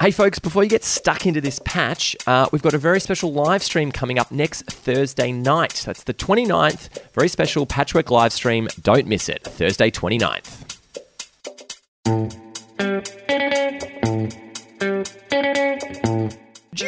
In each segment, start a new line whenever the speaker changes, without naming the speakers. Hey, folks, before you get stuck into this patch, uh, we've got a very special live stream coming up next Thursday night. That's the 29th. Very special patchwork live stream. Don't miss it. Thursday, 29th.
Do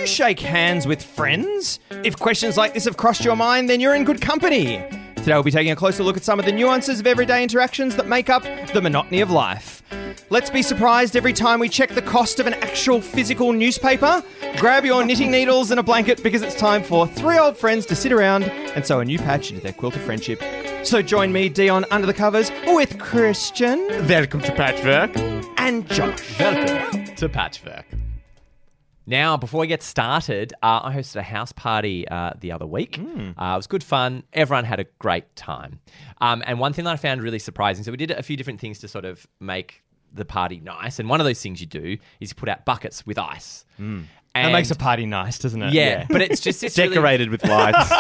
you shake hands with friends? If questions like this have crossed your mind, then you're in good company. Today we'll be taking a closer look at some of the nuances of everyday interactions that make up the monotony of life. Let's be surprised every time we check the cost of an actual physical newspaper. Grab your knitting needles and a blanket because it's time for three old friends to sit around and sew a new patch into their quilt of friendship. So join me, Dion, under the covers with Christian
Welcome to Patchwork.
and Josh.
Welcome to Patchwork.
Now, before we get started, uh, I hosted a house party uh, the other week.
Hmm.
Uh, it was good fun. Everyone had a great time. Um, and one thing that I found really surprising so, we did a few different things to sort of make the party nice. And one of those things you do is you put out buckets with ice. And
Hmm. That makes a party nice, doesn't it?
yeah, but it's just this really-
Decorated with lights.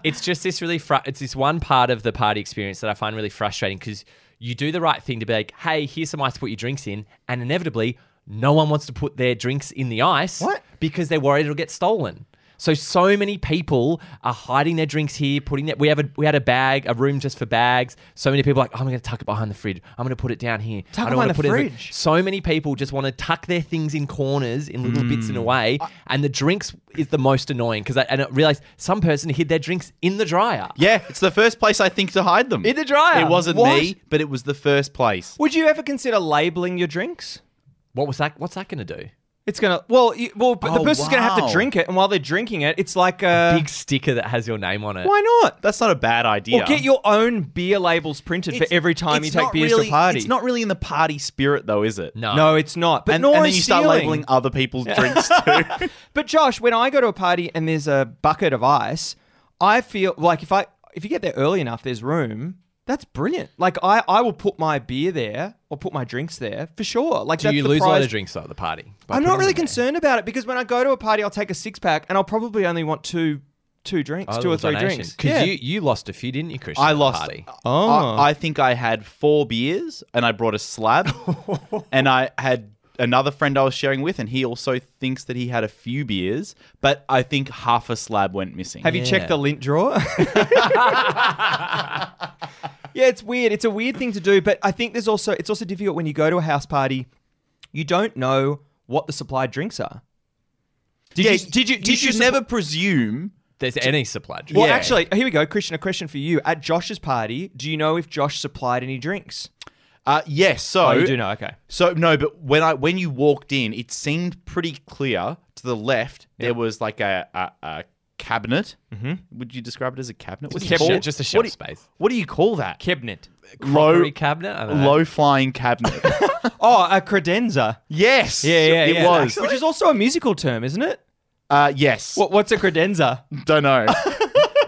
it's just this really fru- it's this one part of the party experience that I find really frustrating because you do the right thing to be like, hey, here's some ice to put your drinks in, and inevitably, no one wants to put their drinks in the ice
What?
because they're worried it'll get stolen. So so many people are hiding their drinks here, putting that. We have a we had a bag, a room just for bags. So many people are like, oh, I'm going to tuck it behind the fridge. I'm going to put it down here.
Tuck
I
it
don't wanna
behind the
put it in
fridge.
so many people just want to tuck their things in corners in
Mm.
little bits in a way, and the drinks is the most annoying because I, and I realized some person hid their drinks in the dryer.
yeah, it's the first place I think to hide them.
In the dryer.
It wasn't
What?
me, but it was the first place.
Would you ever consider labeling your drinks?
What was that? What's that going to do?
It's gonna well, you, well, but the
Oh,
person's gonna have to
wow.
drink it, and while they're drinking it, it's like uh,
Big sticker that has your name on it.
why not?
That's not a bad idea.
Or get your own beer labels printed for
It's-
every time you
it's
take
not
beers
really,
to a party.
It's not really in the party spirit, though, is it?
No.
No, it's not. But
And,
nor
and then
is
you start
stealing.
labeling other people's drinks too.
But Josh, when I go to a party and there's a bucket of ice, I feel like if I if you get there early enough, there's room. That's brilliant. Like I, I will put my beer there or put my drinks there for sure. Like
Do
that's
you
the
lose a lot
prize-
of drinks though at the party? by
I'm
putting
not really
them there?
concerned about it because when I go to a party, I'll take a six pack and I'll probably only want two two drinks,
Oh,
two or
little
three
donation.
drinks.
Because
Yeah.
you, you lost a few, didn't you, Christian?
I
at the
lost.
Party?
Oh.
I, I think I had four beers and I brought a slab. and I had another friend I was sharing with, and he also thinks that he had a few beers, but I think half a slab went missing.
Have you
Yeah.
checked the lint drawer? yeah, it's weird. It's a weird thing to do, but I think there's also it's also difficult when you go to a house party, you don't know what the supplied drinks are. Did
Yeah,
you did you did you,
should
supp-
never presume.
There's any supply drink.
Well,
Yeah.
actually, here we go, Christian. A question for you. At Josh's party, do you know if Josh supplied any drinks?
Uh, yes, so
Oh, you do know. Okay.
So no, but when I when you walked in, it seemed pretty clear. To the left, there was like a a, a cabinet. Mm-hmm. Would you describe it as a cabinet? What's
a
it
shelf-
called?
just a
what
shelf
do you-
space.
What do you call that?
Cabinet.
Low
Crockery cabinet. I don't know.
low flying cabinet.
Oh, a credenza.
yes. it was.
Which is also a musical term, isn't it?
Uh, yes.
What, what's a credenza?
Don't know.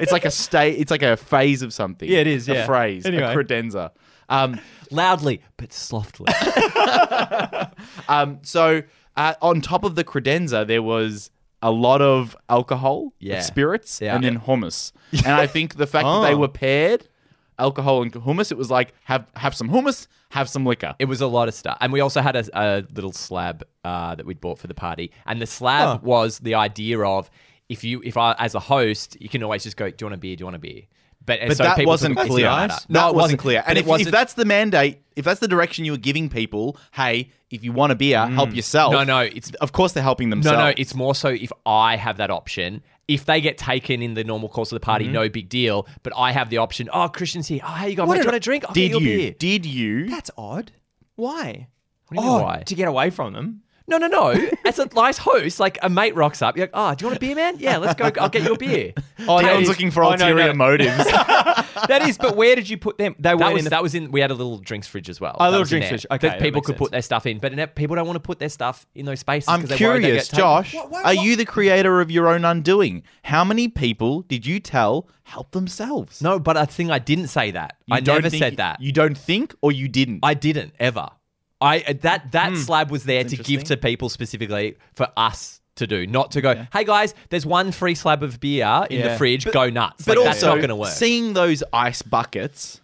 it's like a state. It's like a phase of something.
Yeah, it is,
A
yeah.
phrase.
Anyway.
A credenza. Um,
Loudly, but softly.
Um, so uh, on top of the credenza, there was a lot of alcohol,
Yeah.
spirits,
Yeah.
and then hummus. and I think the fact that they
Oh.
were paired, alcohol and hummus, it was like have have some hummus, have some liquor.
It was a lot of stuff. And we also had a, a little slab uh, that we'd bought for the party. And the slab was the idea of if you, if I, as a host, you can always just go, do you want a beer? Do you want a beer? But, and
But
so
that
people
wasn't
took it
clear.
to matter.
That
No, it
wasn't clear. And
but
if, if that's the mandate, if that's the direction you were giving people, hey, if you want a beer, help yourself.
No, no, it's-
of course they're helping
No,
themselves.
no, it's more so if I have that option. If they get taken in the normal course of the
Mm-hmm.
party, no big deal. But I have the option. Oh, Christian's here. Oh, hey, you guys, do you want a drink? I'll
did
get you a
you?
beer."
Did you?
That's odd. Why?
What do you mean,
oh,
why?
to get away from them.
No, no, no. As a nice host, like a mate rocks up. You're like, oh, do you want a beer, man? Yeah, let's go. I'll get you a beer.
Oh,
Everyone's looking for ulterior motives.
that is, but where did you put them? They
That
were in
was,
the.
that was in. We had a little drinks fridge as well.
A
That
little
was in
drinks
there,
fridge. Okay,
that
that
people
makes
could put
sense.
their stuff in, but in that, people don't want to put their stuff in those spaces.
I'm
'cause they're worried they
curious,
get taken.
Josh.
What- what-
are
what-
you the creator of your own undoing? How many people did you tell help themselves?
No, but I think I didn't say that.
You
I
don't
never
think-
said that.
You don't think, or you didn't.
I didn't ever. I uh, that that slab was there to give to
interesting.
people specifically for us to do, not to go. Hey guys, there's one free slab of beer in the
Yeah.
fridge. go nuts.
but
Like, that's
also,
not going to work.
seeing those ice buckets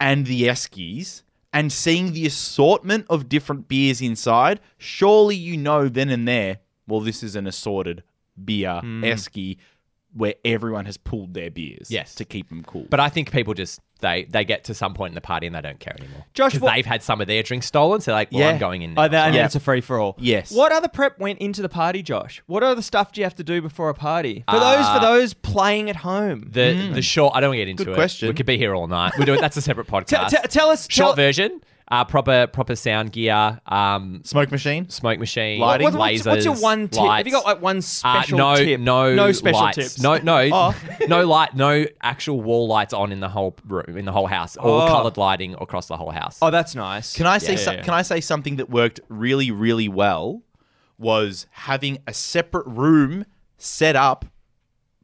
and the eskies and seeing the assortment of different beers inside, surely you know then and there, well, this is an assorted beer
Hmm.
esky where everyone has pulled their beers
Yes.
to keep them cool.
But I think people just they they get to some point in the party and they don't care anymore.
Josh,
'Cause
what-
they've had some of their drinks stolen, so they're like, well, I'm going in now.
Oh, that, and
Yeah.
it's a free for all.
Yes.
What other prep went into the party, Josh? What other stuff do you have to do before a party? For
Uh,
those for those playing at home.
the the short. I don't want to get into
Good
it.
question.
We could be here all night. We do it. That's a separate
Tell-
podcast.
tell- tell us
short
tell,
version. Uh, proper proper sound gear. Um,
Smoke machine?
smoke machine.
Lighting.
what-
Lasers.
what's, what's your one tip? Have you got
lights.
like one
Uh,
special
no,
tip?
no,
no special
lights.
tips.
No, no,
Oh.
no light, no actual wall lights on in the whole room, in the whole house, all
Oh.
coloured lighting across the whole house.
Oh, that's nice.
Can I say
Yeah, yeah,
so-
yeah.
can I say something that worked really really well was having a separate room set up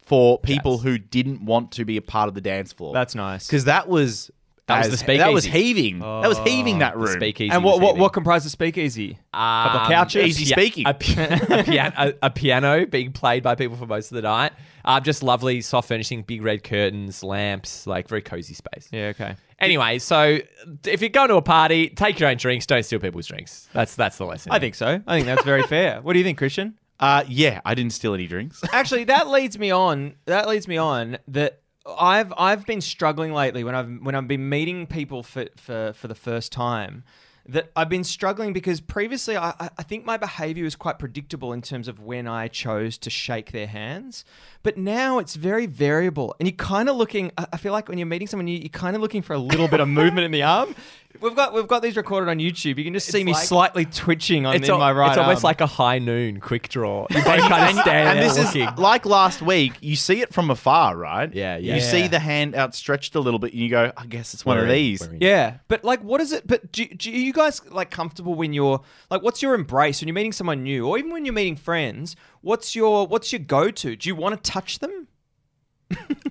for people
Yes.
who didn't want to be a part of the dance floor.
That's nice.
Cuz that was
That was the speakeasy. Oh,
That was heaving. That was heaving that room.
Speakeasy.
and what,
was
what
evening.
what comprised the speakeasy?
Um,
Couple couches?
Easy speaking.
A, pi- a, pian- a, a piano being played by people for most of the night. Um, just lovely soft furnishing, big red curtains, lamps, like very cozy space.
Yeah, okay.
Anyway, so if you're going to a party, take your own drinks. Don't steal people's drinks. That's that's the lesson.
I think so. I think that's very fair. What do you think, Christian?
Uh yeah, I didn't steal any drinks.
Actually, that leads me on. That leads me on that I've I've been struggling lately when I've when I've been meeting people for for, for the first time. That I've been struggling because previously I, I- I think my behavior was quite predictable in terms of when I chose to shake their hands. But now it's very variable. And you're kind of looking, I I feel like when you're meeting someone, you- you're kind of looking for a little bit of movement in the arm. We've got we've got these recorded on YouTube. You can just see me
like-
slightly twitching on
It's,
in
al-
my right
it's almost
arm.
like a high noon quick draw. You both kind of stand
and
there
this
looking.
is like last week, you see it from afar, right?
Yeah, yeah.
You see the hand outstretched a little bit and you go, I guess it's one
We're
of
in,
these.
we're in.
Yeah, but like, what is it? But do, do you guys like comfortable when you're like, what's your embrace when you're meeting someone new, or even when you're meeting friends? What's your what's your go to? Do you want to touch them?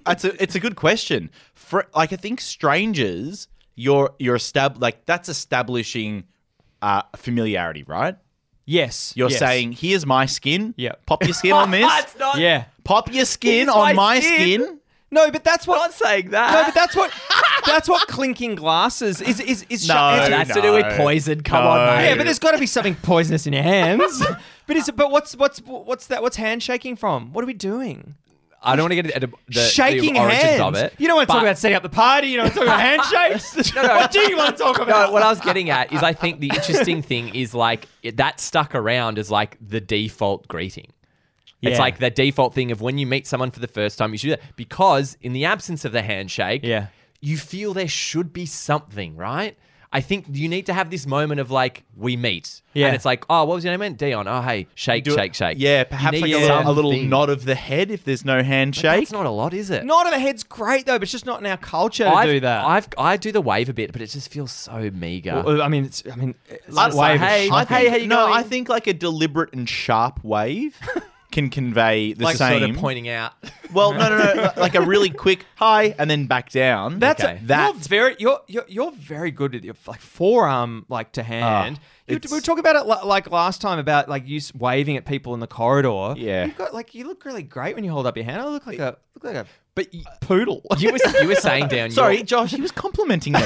It's a it's a good question. For like I think strangers, you're you're estab- like that's establishing uh, familiarity, right?
Yes,
You're
yes.
saying, here's my skin.
Yeah.
Pop your skin on this.
It's not,
yeah.
Pop your skin
Here's
on
my
my
skin.
skin.
No, but that's what.
not saying that.
No, but that's what. that's what clinking glasses is. Is is.
No,
it's-
that's to do with
No.
poison. Come
No.
on, mate.
yeah, but there's got to be something poisonous in your hands. but is it? But what's what's what's that? What's handshaking from? What are we doing?
I don't want to get into the- the,
Shaking
the origins
hands.
of it.
You don't want to talk
but-
about setting up the party. You don't want to talk about handshakes. What do you want to talk about?
No, what I was getting at is I think the interesting thing is like it, that stuck around as like the default greeting. It's
Yeah.
like the default thing of when you meet someone for the first time, you should do that. Because in the absence of the handshake,
Yeah.
you feel there should be something, right? I think you need to have this moment of like, we meet.
Yeah.
And it's like, oh, what was your name? man? Dion. Oh, hey, shake,
Do it-
shake, shake.
Yeah,
You
perhaps
need
like a little, a little
something.
nod of the head if there's no handshake.
That's not a lot, is it?
Nod of the head's great though, but it's just not in our culture to
I've-
do that.
I've, I do the wave a bit, but it just feels so meager.
Well, I mean, it's, I mean, it's
I'd say,
wave is
hey,
shocking.
hey, how you
no,
going?
I think like a deliberate and sharp wave can convey the
like
same.
sort of pointing out.
well, no, no, no. like a really quick hi and then back down.
That's
Okay.
that.
You're very you're, you're you're very good at your like forearm like to hand. you, we
it's-
were talking about it li- like last time about like you s- waving at people in the corridor.
Yeah.
you've got like you look really great when you hold up your hand. I look like a look like a
But you,
poodle.
you were you were saying down.
Sorry, Josh, he was complimenting me.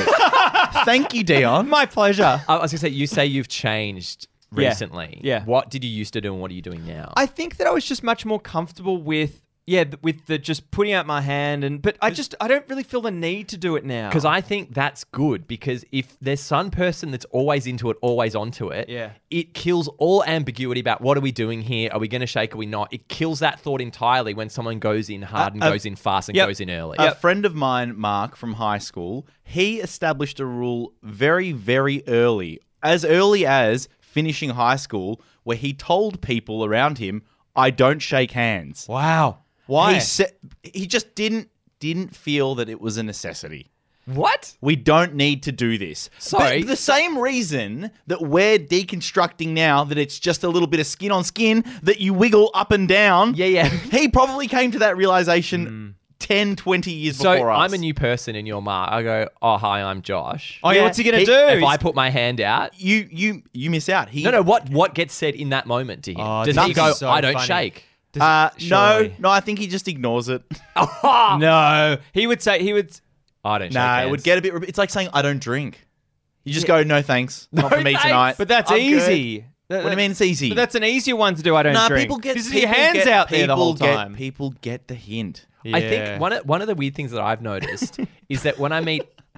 Thank you, Dion.
My pleasure.
I was gonna say you say you've changed
Yeah.
recently.
Yeah.
What did you used to do, and what are you doing now?
I think that I was just much more comfortable with yeah th- with the just putting out my hand and but I just I don't really feel the need to do it now
Because I think that's good. Because if there's some person that's always into it, always onto it,
Yeah.
it kills all ambiguity about what are we doing here? Are we going to shake? Are we not? It kills that thought entirely when someone goes in hard and
uh,
goes in fast and
yep.
goes in early.
A friend of mine, Mark from high school, he established a rule very, very early, as early as finishing high school, where he told people around him, "I don't shake hands."
wow why
He said he just didn't didn't feel that it was a necessity.
What?
We don't need to do this.
Sorry.
But the same reason that we're deconstructing now that it's just a little bit of skin on skin that you wiggle up and down.
Yeah, yeah.
He probably came to that realization 10, 20 years
So
before us.
I'm a new person in your mark. I go, oh hi, I'm Josh.
Oh, yeah, what's he gonna
He-
do?
If
He's-
I put my hand out,
you you you miss out. He
no, no. What what gets said in that moment to him?
Oh,
Does
this
he
is
go,
so
I don't
funny.
shake?
Uh, no,
Surely.
no. I think he just ignores it.
Uh, no he would say he would
I don't shake.
nah, it
hands.
would get a bit. It's like saying I don't drink. You just go, no thanks, not for me
thanks."
tonight.
But that's
I'm
easy.
good."
That-
What do you mean it's easy?
But that's an easier one to do. I don't
Nah,
drink.
people get
Just
people
your hands
get-
out there the
people
whole
get-
time.
people get the hint.
I think one of, one of the weird things that I've noticed is that when I meet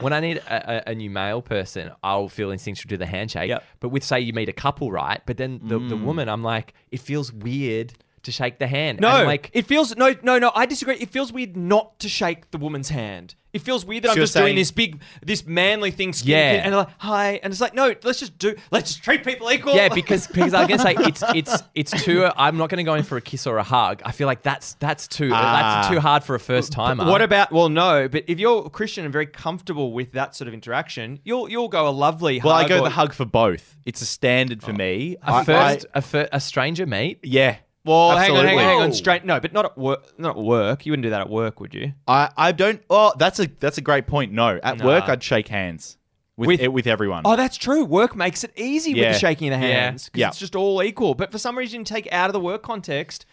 when I need a, a, a new male person, I'll feel instinctual to do the handshake.
Yep.
But with say you meet a couple, right? But then the, the
Mm.
woman, I'm like, it feels weird to shake the hand.
No,
and like
it feels no, no, no. I disagree. It feels weird not to shake the woman's hand. It feels weird that I'm
you're
just doing
saying-
this big, this manly thing. skin to
Yeah.
skin, and like hi, and it's like no, let's just do, let's just treat people equal.
yeah, because because I'm gonna say it's it's it's too. I'm not gonna go in for a kiss or a hug. I feel like that's that's too
Ah.
that's too hard for a first timer.
What about? Well, no, but if you're Christian and very comfortable with that sort of interaction, you'll you'll go a lovely.
Well,
hug
I go
or-
the hug for both. It's a standard for me.
a
I-
first
I-
a fir- a stranger meet?
yeah.
Well, hang on, hang on,
Absolutely.
hang on.
Whoa.
Straight. No, but not at work. Not at work. You wouldn't do that at work, would you?
I, I don't. Oh, that's a that's a great point. No, at
Nah.
work I'd shake hands with
With-
with, with everyone.
Oh, that's true. Work makes it easy
Yeah.
with the shaking of the
Yeah.
hands 'cause
Yeah.
it's just all equal. But for some reason, you take it out of the work context,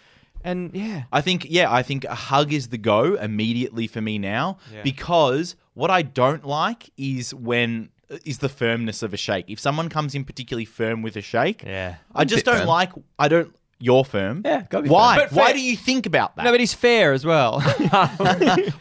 and yeah,
I think yeah, I think a hug is the go immediately for me now
Yeah.
because what I don't like is when is the firmness of a shake. If someone comes in particularly firm with a shake,
yeah.
I just don't
firm.
like. I don't. You're firm.
Yeah, gotta be
Why?
firm.
But
Why
fair-
do you think about that?
No, but he's fair as well.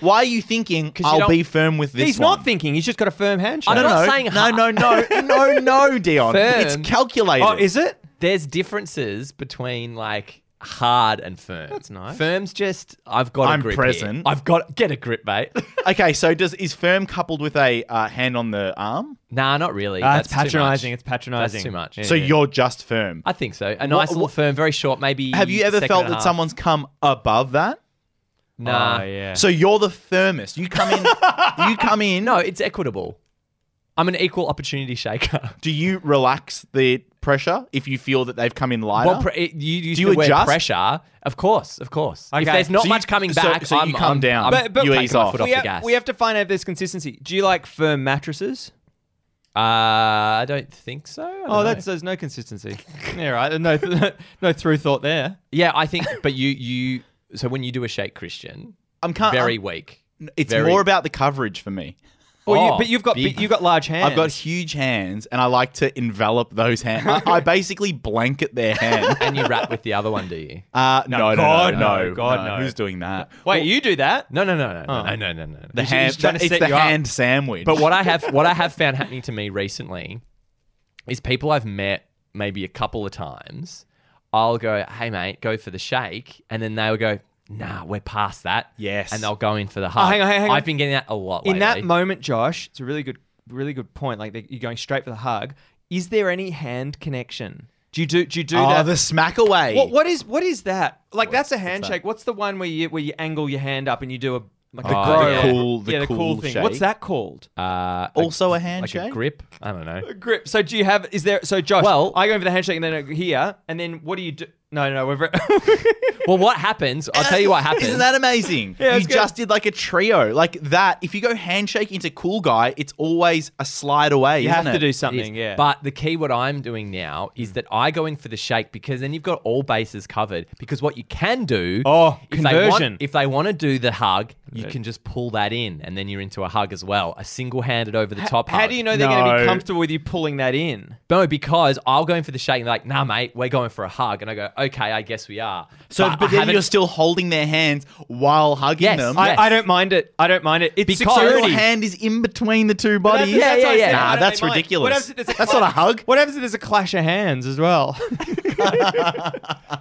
Why are you thinking
you
I'll
don't-
be firm with this?
he's
one?"
not thinking. He's just got a firm handshake.
I don't
No,
I'm
no,
not saying
no, no, no, no, no, Dion.
Firm.
It's calculated.
Oh, is it?
There's differences between like hard and firm. That's
nice.
Firm's just I've got
I'm
a grip.
present.
Here. I've got get a grip, mate.
Okay, so does is firm coupled with a uh, hand on the arm?
nah, not really.
Ah,
That's
it's
too much.
patronizing. It's patronizing.
That's too much.
Yeah,
so
yeah.
you're just firm.
I think so. A nice little
what-
firm, very short, maybe.
Have you ever
second
felt
and a
that
half.
someone's come above that?
Nah.
Oh, yeah.
So you're the firmest. You come in. you come in.
No, it's equitable. I'm an equal opportunity shaker.
Do you relax the pressure if you feel that they've come in lighter?
Well, pre- it- you used
Do
the
you
word
adjust?
pressure. Of course, of course. If
Okay.
there's not
So you-
much coming
so-
back,
so you
I'm,
come
I'm-
down.
I'm
But- but-
taking my
ease
foot
off.
off
we,
the
have,
gas.
we have to find out if there's consistency. Do you like firm mattresses?
uh, I don't think so. I don't
Oh,
know.
that's there's no consistency. yeah, right. No, no through thought there.
yeah. I think, but you you. So when you do a shake, Christian,
I'm can't,
very
I'm-
weak.
it's
very-
more about the coverage for me.
Well, you,
Oh,
but you've got
big-
you've got large hands.
I've got huge hands, and I like to envelop those hands. I, I basically blanket their hand.
and you rap with the other one, do you?
Uh, no, no, no,
God,
no,
no, God, no.
Who's doing that?
Wait, you do that? Oh.
No, no, no, no, no, no, no, no, no.
The
He's-
hand.
he's trying to
it's
set
the
you up.
hand sandwich.
But what I have what I have found happening to me recently is people I've met maybe a couple of times. I'll go, hey mate, go for the shake, and then they'll go, nah, we're past that.
Yes.
and they'll go in for the hug.
Oh, hang on, hang on.
I've been getting that a lot.
In that
lately.
moment, Josh, it's a really good, really good point. Like you're going straight for the hug. Is there any hand connection? Do you do? Do you do
oh,
that?
the smack away.
What, what is what is that? Like that's a handshake. What's the one where you where you angle your hand up and you do a like a
Oh,
grow,
the
like-
cool- the
yeah, the cool,
cool
thing.
shake.
What's that called?
uh,
also a
like
handshake?
a grip. Uh, I don't know.
A grip. So do you have? Is there? So Josh,
Well-
I go in for the handshake and then I go here and then what do you do? No, no, we're. Very,
Well, what happens? I'll tell you what happens.
Isn't that amazing? you
it's good.
just did like a trio like that. If you go handshake into cool guy, it's always a slide away.
you
isn't
have to
it?
do
It is.
something. Yeah. Mm.
But the key, what I'm doing now is that I go in for the shake because then you've got all bases covered. Because what you can do,
Oh,
if they
conversion.
want, if they want to do the hug, you can just pull that in, and then you're into a hug as well, a single-handed over the top hug.
how do you know they're going to be
No.
comfortable with you pulling that in?
No, because I'll go in for the shake, and they're like, nah, mate, we're going for a hug, and I go, okay, I guess we are.
So, but,
I
then
haven't-
you're still holding their hands while hugging
Yes,
them.
I- Yes.
I, I don't mind it. I don't mind it. It's
Because-
so your
security.
hand is in between the two bodies.
yeah, yeah,
what I
yeah.
said.
Nah,
I don't
that's
mind.
ridiculous.
What happens if there's a
That's not a hug.
What happens if there's a clash of hands as well?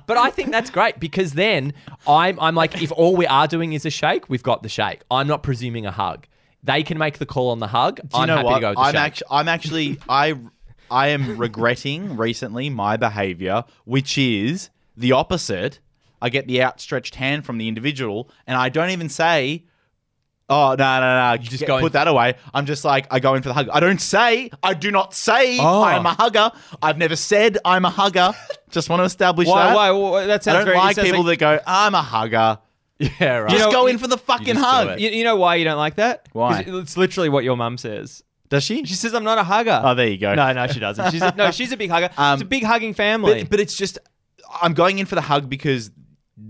But I think that's great because then I'm I'm like, if all we are doing is a shake, we've got the shake. I'm not presuming a hug. They can make the call on the hug.
Do you
I'm
know
happy
what?
to go with the
I'm,
shake.
actu- I'm actually I I am regretting recently my behavior, which is the opposite. I get the outstretched hand from the individual, and I don't even say, "Oh no, no, no!" You just
go in-
put that away. I'm just like I go in for the hug. I don't say. I do not say
Oh.
I'm a hugger. I've never said I'm a hugger. Just want to establish
why,
that.
why? why- That
I
sounds
don't
very. it
like
sounds
people
like-
that go, "I'm a hugger."
yeah, right.
Just
know,
go
you-
in for the
just
fucking
do
hug.
it.
you, you know why you don't like that?
Why?
'Cause It's literally what your mum says.
Does she?
She says I'm not a hugger.
Oh, there you go.
No, no, she doesn't. She's a, no, she's a big hugger.
Um,
it's a big hugging family.
But, but it's just, I'm going in for the hug because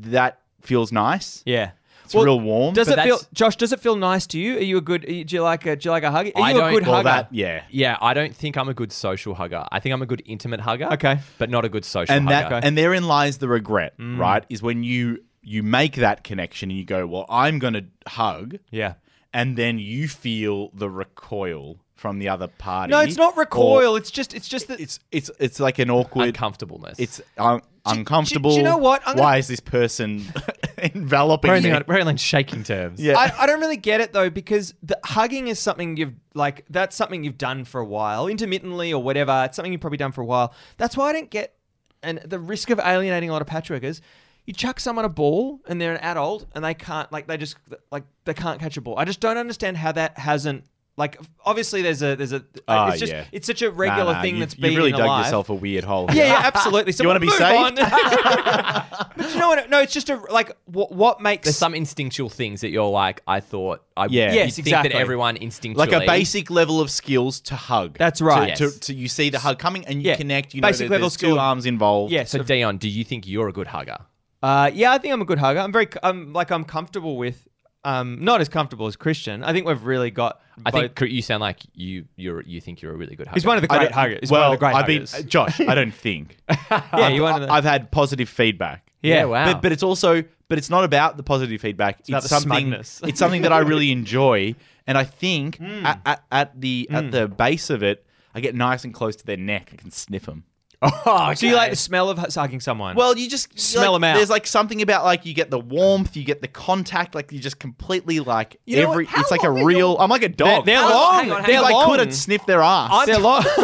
that feels nice.
yeah.
It's real warm.
Does
But
it feel,
that's-
Josh? Does it feel nice to you? Are you a good? Do you like a? Do you like a hug? Are
I
you a
don't-
good
well,
hugger?
that yeah.
Yeah, I don't think I'm a good social hugger. I think I'm a good intimate hugger.
Okay.
But not a good social
and that
hugger.
and therein lies the regret,
Mm.
right? Is when you you make that connection and you go, well, I'm going to hug,
yeah.
and then you feel the recoil from the other party.
no, it's not recoil. it's just. It's just that.
It's it's it's like an awkward.
Uncomfortableness.
it's un- uncomfortable.
do you know what? I'm gonna-
Why is this person enveloping
we're
me?
only, on, we're only on shaking terms.
yeah.
I, I don't really get it though because the hugging is something you've like that's something you've done for a while intermittently or whatever it's something you've probably done for a while that's why i don't get and the risk of alienating a lot of patchworkers you chuck someone a ball and they're an adult and they can't like they just like they can't catch a ball i just don't understand how that hasn't like obviously there's a there's a
Ah,
it's just
yeah.
it's such a
Nah,
regular
nah,
thing
you,
that's
you
been
really
in
dug
alive.
yourself a weird hole.
Yeah, yeah, absolutely. So
You wanna
move
be
on. but you know what? No, it's just a like what what makes
There's some instinctual things that you're like, I thought I
Yeah.
you'd
Yes,
think
exactly.
that everyone instinctually
Like a basic level of skills to hug.
That's right.
To,
Yes.
to, to- you see the hug coming and you
Yeah.
connect. You
Basic
know, that
level
there's
skill.
two arms involved.
yes
So Dion, do you think you're a good hugger?
Uh, yeah, I think I'm a good hugger. I'm very, I'm like, I'm comfortable with, um, not as comfortable as Christian. I think we've really got.
I
both-
think Cr- you sound like you you're you think you're a really good hugger.
he's one of the
I
great
don't-
huggers. He's
well,
one of the great
I've
huggers.
been Josh. I don't think.
yeah, you're one of the.
I've had positive feedback.
yeah,
Yeah, wow.
But, but it's also but it's not about the positive feedback. It's,
about the
something
smugness. Hmm.
it's something that I really enjoy, and I think at, at, at the at the base of it, I get nice and close to their neck. I can sniff them.
oh,
Do you like the smell of hu- hugging someone?
Well, you just you
Smell
like,
'em out.
There's like something about like you get the warmth, you get the contact, like you just completely like
You know
every.
what? How
It's like a
long are
real. I'm like a dog.
they're
I-
long.
if
They're
I
long.
couldn't sniff their ass.
They're lo-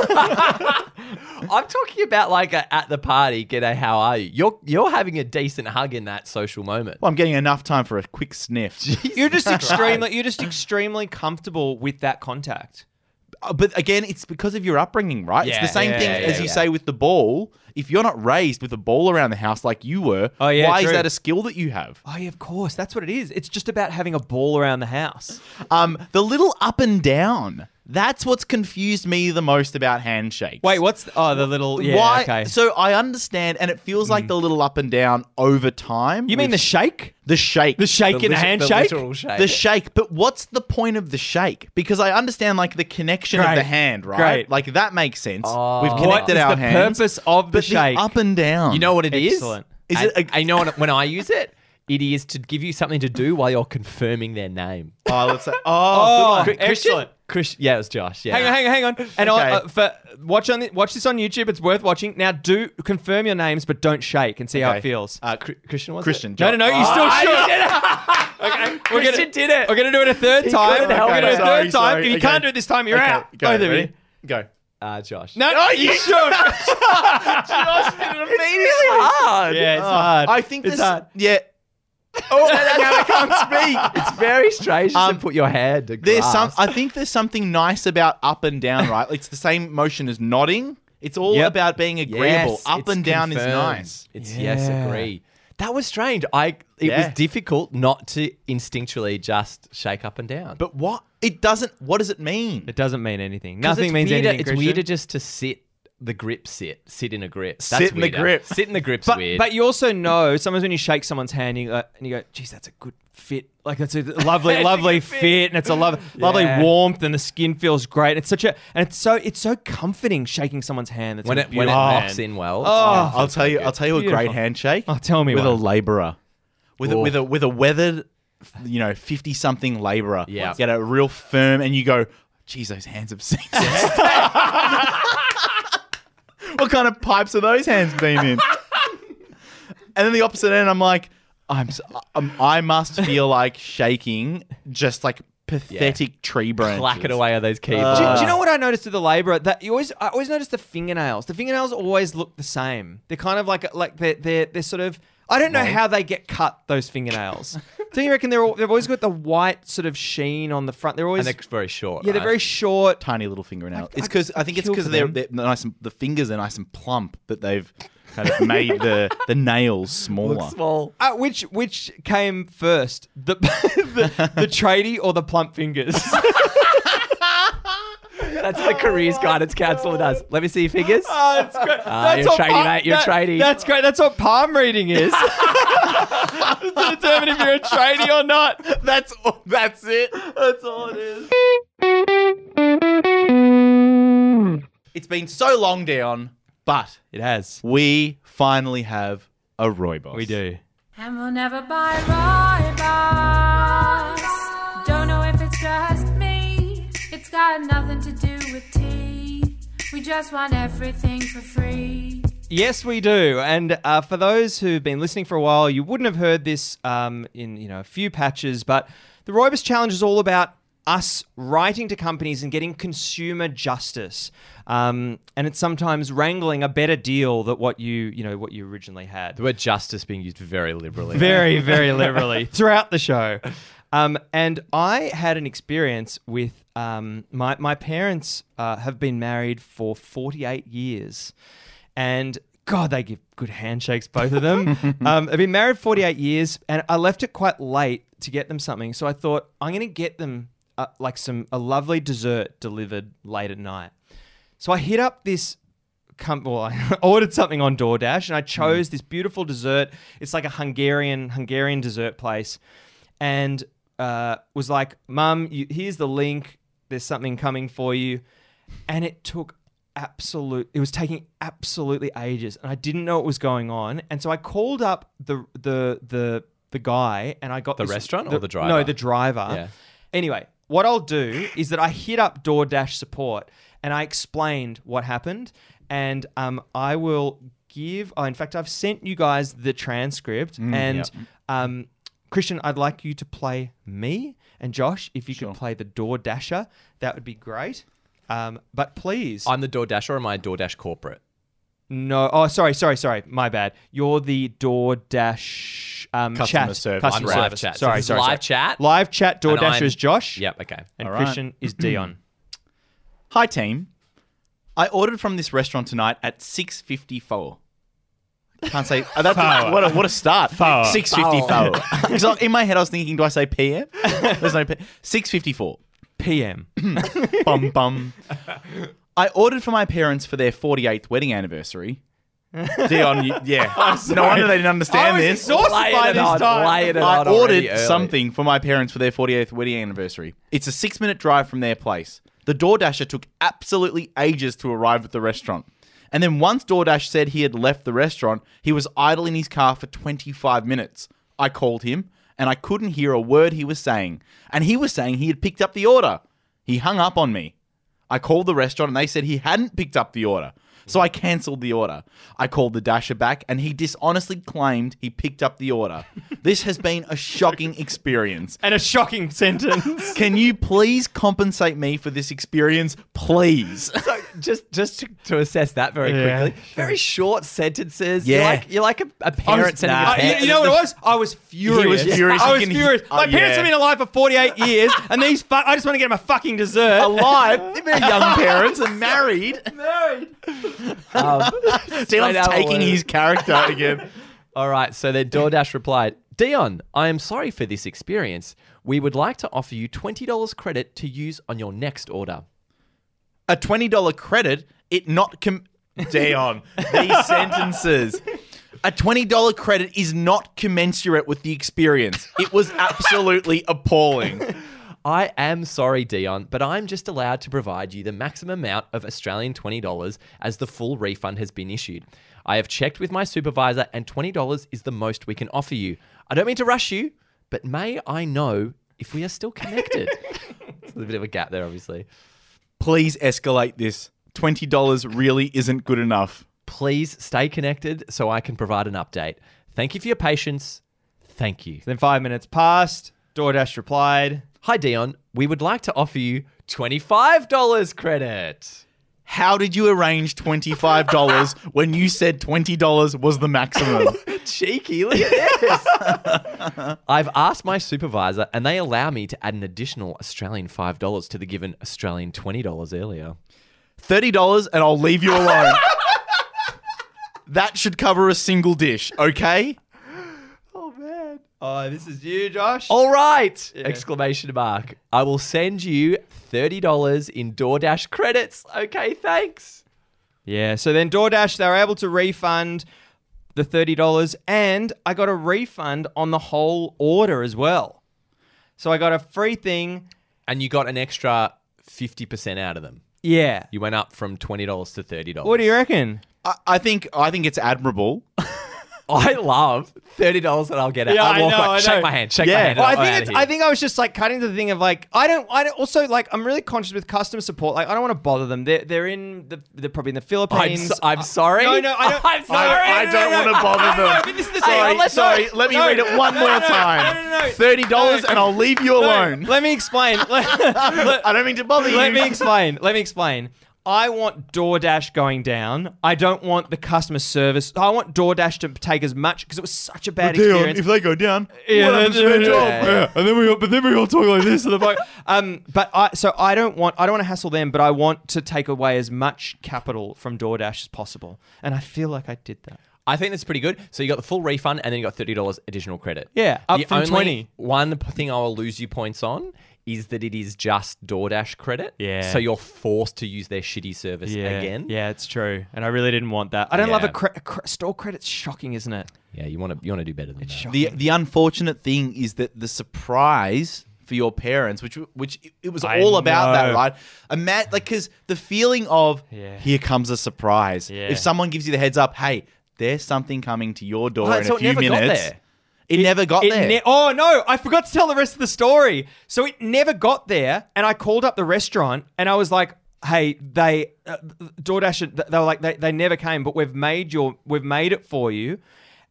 I'm talking about like a, at the party. G'day, how are you? You're you're having a decent hug in that social moment.
well, I'm getting enough time for a quick sniff.
you're just extremely, you're just extremely comfortable with that contact.
Uh, but again, it's because of your upbringing, right?
Yeah.
it's the same
Yeah,
thing
yeah,
as
yeah,
you
yeah.
say with the ball. If you're not raised with a ball around the house like you were,
Oh, yeah,
why
true.
is that a skill that you have?
Oh yeah, of course. That's what it is. It's just about having a ball around the house.
Um, the little up and down. That's what's confused me the most about handshakes.
Wait, what's the, oh the little? Yeah,
why?
okay. Mm.
So I understand, and it feels like the little up and down over time.
you mean the
with
shake?
the shake,
The shake
lit-
in a handshake?
The literal shake.
the shake? But what's the point of the shake? Because I understand like the connection
Great.
of the hand, right?
Great.
Like that makes sense.
Oh.
We've
What
connected
What is
our
the
hands.
purpose of the
but
shake?
the up and down.
you know what it is?
Excellent.
Is
And-
it a-
I know when- when I use it, it is to give you something to do while you're confirming their name.
Oh, let's say. Oh,
Oh,
good
Chri-
one.
excellent.
Chris, yeah, it was Josh. Yeah.
Hang on, hang on, hang on. And
Okay.
I'll, uh, for watch on the, watch this on YouTube. It's worth watching. Now, do confirm your names, but don't shake and see how
Okay.
it feels.
Uh, Chr- Christian was
Christian.
It?
no, no, no. You still should.
okay.
gonna-
Christian did it.
We're gonna do it a third time.
couldn't
We're
help
gonna do it a
it.
third
Sorry,
time.
sorry.
If you
Okay.
can't do it this time, you're out.
Go.
Both of you.
ready? Go.
Uh, Josh.
No, no, you should.
really hard.
yeah, it's hard. Ah.
I think
it's
this.
hard.
Yeah. Oh, now I can't speak.
It's very strange
Um,
to put your hand. to
There's some.
grasp.
I think there's something nice about up and down, right? It's the same motion as nodding. It's all
Yep.
about being agreeable.
Yes,
up
it's
and down is
confirmed.
nice.
It's yes,
Yeah.
agree. That was strange. I it
Yeah.
was difficult not to instinctually just shake up and down.
But what? It doesn't. What does it mean?
It doesn't mean anything.
'Cause
Nothing
it's
means
weirder,
anything.
It's
Christian.
weirder just to sit the grip. Sit sit in a grip. That's
Sit in the
weirder.
grip.
Sit in the grip's
But,
weird.
but you also know sometimes when you shake someone's hand you, uh, and you go, geez, that's a good fit. Like that's a lovely, lovely fit. and it's a lov- lovely
Yeah.
warmth, and the skin feels great. It's such a and it's so it's so comforting shaking someone's hand. That's
when it when it
beautiful.
locks in well.
Oh.
I'll tell you. I'll tell you a great
Beautiful.
handshake.
Oh, tell me
with
one.
a labourer, with a,
Oh.
with a with a weathered, you know, fifty something labourer.
Yeah.
get a real firm, and you go, "Geez, those hands have seen." some stuff." what kind of pipes are those hands been in? and then the opposite end, I'm like, I'm, s- I'm I must feel like shaking, just like pathetic tree branches.
clack it away on those
Do,
keyboards.
do you know what I noticed with the labourer? That you always, I always notice the fingernails. The fingernails always look the same. They're kind of like, like they're, they're, they're sort of. I don't know how they get cut. Those fingernails. do you reckon they're all, they've always got the white sort of sheen on the front? They're always
and they're very short.
yeah, they're
right?
very short.
Tiny little fingernail.
I-
It's because I think it's
kill
because
for
they're,
them.
they're nice. And, the fingers are nice and plump, but they've kind of made the the nails smaller.
small.
Uh, which which came first, the the, the tradie or the plump fingers?
That's what the careers guidance counselor does. Let me see your fingers.
oh, that's great.
Ah, you're
what
tradie,
palm-
mate, you're
that-
tradie.
That's great. That's what palm reading is.
to determine if you're a tradie or not.
That's all, that's it. That's all it is. It's been so long, Dion, but
It has.
we finally have a Roy boss.
We do.
And we'll never buy Rooibos. Don't know if it's just me. It's got nothing to do with tea. We just want everything for free.
Yes, we do. And uh, for those who've been listening for a while, you wouldn't have heard this um, in you know a few patches, but the Roibus Challenge is all about us writing to companies and getting consumer justice. Um, and it's sometimes wrangling a better deal than what you you know what you originally had.
The word justice being used very liberally.
Very, very liberally throughout the show. Um, and I had an experience with um, my, my parents uh, have been married for 48 years. And God, they give good handshakes, both of them. um, I've been married 48 years and I left it quite late to get them something. So I thought, I'm going to get them uh, like some a lovely dessert delivered late at night. So I hit up this com- well, I ordered something on DoorDash and I chose this beautiful dessert. It's like a Hungarian Hungarian dessert place, and uh, was like, "Mum, you, here's the link. There's something coming for you," and it took absolute it was taking absolutely ages and i didn't know what was going on and so i called up the the the the guy and i got
The
this-
restaurant or the driver?
no the driver
Yeah.
Anyway, what I'll do is that I hit up DoorDash support and I explained what happened, and um, I will give. Oh, in fact, I've sent you guys the transcript,
Mm,
and um, Christian, I'd like you to play me, and Josh, if you could play the DoorDasher, that would be great. Um, but please,
I'm the DoorDash or am I DoorDash corporate?
no. Oh, sorry, sorry, sorry. My bad. You're the DoorDash um,
Customer
chat.
service.
Customer
I'm live
service.
chat. So
Sorry,
this is
sorry,
live
sorry.
chat?
Live chat.
And
DoorDasher
I'm-
is Josh.
Yep, okay.
And
All right.
Christian is Dion.
Hi team. I ordered from this restaurant tonight at 6:54. Can't say oh, that's what a what a start. 6:54. Because I- in my head I was thinking do I say PM? There's no P- 6:54.
PM.
bum bum. I ordered for my parents for their 48th wedding anniversary. Dion, you- yeah. No wonder they didn't understand
I was
this.
exhausted
Lay
by
it
this
on,
time.
lay it
I
on
ordered
already early.
something for my parents for their 48th wedding anniversary. It's a six minute drive from their place. The DoorDasher took absolutely ages to arrive at the restaurant. And then once DoorDash said he had left the restaurant, he was idle in his car for 25 minutes. I called him and I couldn't hear a word he was saying. And he was saying he had picked up the order. He hung up on me. I called the restaurant and they said he hadn't picked up the order. So I cancelled the order. I called the dasher back and he dishonestly claimed he picked up the order. this has been a shocking experience.
And a shocking sentence.
Can you please compensate me for this experience, please?
So just just to, to assess that very
Yeah,
quickly, very short sentences.
Yeah.
You're like you're like a, a
I
parent
was-
sending
nah.
a
I,
parent.
you know what it was? I was furious.
furious.
I
You
was
can-
furious.
oh,
My parents
yeah.
have been alive for 48 years, and these fu- I just want to get them a fucking dessert.
Alive, they're young parents and married.
Straight
Dylan's
out of
taking
order.
his character again.
All right, so then DoorDash replied, Dion, I am sorry for this experience. We would like to offer you $20 credit to use on your next order.
a twenty dollar credit, it not com- Dion these sentences. A twenty dollar credit is not commensurate with the experience. It was absolutely appalling.
I am sorry, Dion, but I'm just allowed to provide you the maximum amount of Australian $20 as the full refund has been issued. I have checked with my supervisor and $20 is the most we can offer you. I don't mean to rush you, but may I know if we are still connected? There's a bit of a gap there, obviously.
Please escalate this. Twenty dollars really isn't good enough.
Please stay connected so I can provide an update. Thank you for your patience. Thank you.
Then five minutes passed. DoorDash replied.
Hi, Dion. We would like to offer you $25 credit.
How did you arrange twenty five dollars when you said twenty dollars was the maximum?
Cheeky, look at this. I've asked my supervisor, and they allow me to add an additional Australian $5 to the given Australian $20 earlier.
Thirty dollars and I'll leave you alone. that should cover a single dish, okay?
Oh man. Oh, this is you, Josh.
All right! Exclamation mark. I will send you $30 in DoorDash credits. Okay, thanks.
Yeah. So then DoorDash, they were able to refund the $30, and I got a refund on the whole order as well. So I got a free thing.
And you got an extra 50% out of them.
Yeah.
You went up from $20 to $30.
What do you reckon?
I, I think I think it's admirable.
I love $30 and I'll get it.
Yeah,
I
I
walk
know,
away,
I
shake
know.
my hand, shake my
Yeah.
hand.
Well, I
and I'm
think
outta
it's,
here.
I think I was just like cutting to the thing of like I don't I don't also like I'm really conscious with customer support like I don't want to bother them they're they're in the they're probably in the
I'm,
Philippines
so, I'm sorry.
No, no, I don't-
I'm sorry.
I don't want to bother them.
but this is the thing.
sorry,
Unless-
sorry. Let me
no,
read it one
no,
more
no, no,
time.
no, no, no.
Thirty dollars, and I'll leave you
No,
alone.
let me explain let, let-
I don't mean to bother you.
let me explain let me explain I want DoorDash going down I don't want the customer service I want DoorDash to take as much because it was such a bad experience
they go down,
Yeah, that's- yeah.
And then we, all- but then we all talk like this. And the
But, um, but I so I don't want I don't want to hassle them, but I want to take away as much capital from DoorDash as possible, and I feel like I did that.
I think that's pretty good. So you got the full refund and then you got thirty dollars additional credit.
Yeah, up
the
from
only
20.
One p- thing I will lose you points on is that it is just DoorDash credit.
Yeah.
So you're forced to use their shitty service again.
yeah, it's true, and I really didn't want that. I don't
Yeah.
love a, cre- a cre- store credit's shocking, isn't it?
Yeah. You want to you want to do better than that.
the the unfortunate thing is that the surprise for your parents, which which it was
I
all about that,
know.
right? A mat like because the feeling of
Yeah.
here comes a surprise.
Yeah.
If someone gives you the heads up, hey, there's something coming to your door
Oh,
in
so
a
it
few
never got
minutes.
there.
It, never got
It
there.
ne- oh no, I forgot to tell the rest of the story. So it never got there, and I called up the restaurant, and I was like, "Hey, they uh, DoorDash, they were like, they, they never came, but we've made your, we've made it for you."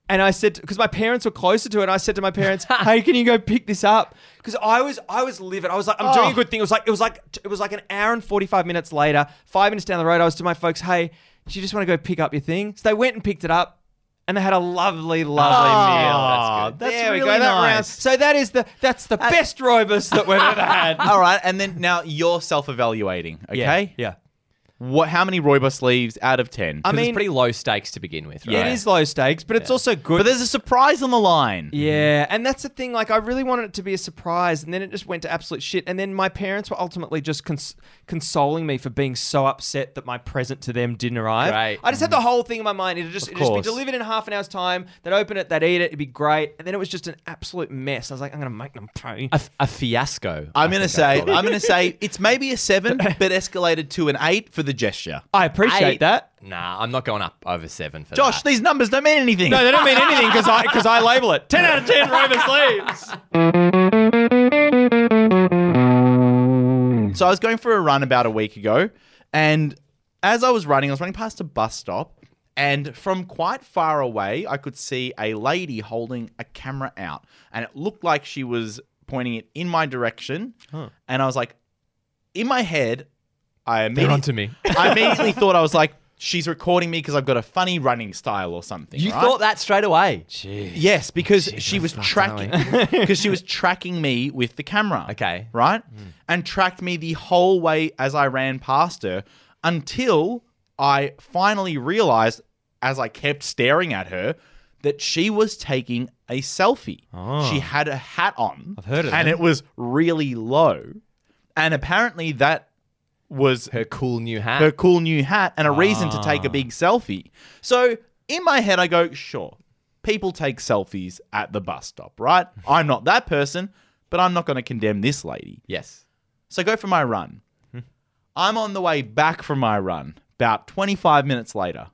And I said, because my parents were closer to it, I said to my parents, "Hey, can you go pick this up?" Because I was, I was livid. I was like, "I'm
Oh.
doing a good thing." It was like, it was like, it was like an hour and forty five minutes later, five minutes down the road, I was to my folks, "Hey, do you just want to go pick up your thing?" So they went and picked it up, and they had a lovely, lovely
Oh.
meal.
Aw,
That's good.
that's
There we
really
go. Oh, That
nice.
round. So that is the that's the best Robus that we've ever had.
All right, and then now you're self-evaluating, okay?
Yeah.
What? How many Roybus leaves out of ten?
I
'Cause
mean,
it's pretty low stakes to begin with. Right?
it is low stakes, but it's also good.
but there's a surprise on the line.
yeah, and that's the thing. Like, I really wanted it to be a surprise, and then it just went to absolute shit. And then my parents were ultimately just cons- consoling me for being so upset that my present to them didn't arrive.
Right.
I just had the whole thing in my mind. It'd just, it'd just be
course.
delivered in half an hour's time. They'd open it, they'd eat it, it'd be great. And then it was just an absolute mess. I was like, I'm gonna make them pay.
A, a fiasco.
I'm gonna
think I
say,
call it.
I'm gonna say it's maybe a seven, but escalated to an eight for the gesture.
I appreciate
Eight.
that.
Nah, I'm not going up over seven for
Josh,
that.
these numbers don't mean anything.
No, they don't mean anything because I because I label it. Ten out of ten Rovers leaves.
so I was going for a run about a week ago, and as I was running, I was running past a bus stop, and from quite far away, I could see a lady holding a camera out, and it looked like she was pointing it in my direction, and I was like, in my head, I
they're
immediately,
onto me.
I immediately thought I was like, she's recording me because I've got a funny running style or something.
You
right?
thought that straight away.
Yes, because
Jeez,
she
we're
was
fucked,
tracking because she was tracking me with the camera.
Okay.
Right? And tracked me the whole way as I ran past her until I finally realized as I kept staring at her that she was taking a selfie. She had a hat on. I've
heard of
And
them.
it was really low. And apparently that was
Her cool new hat.
her cool new hat and a reason to
Ah.
take a big selfie. So in my head, I go, sure, people take selfies at the bus stop, right? I'm not that person, but I'm not going to condemn this lady.
yes.
So I go for my run.
Hmm.
I'm on the way back from my run about 25 minutes later.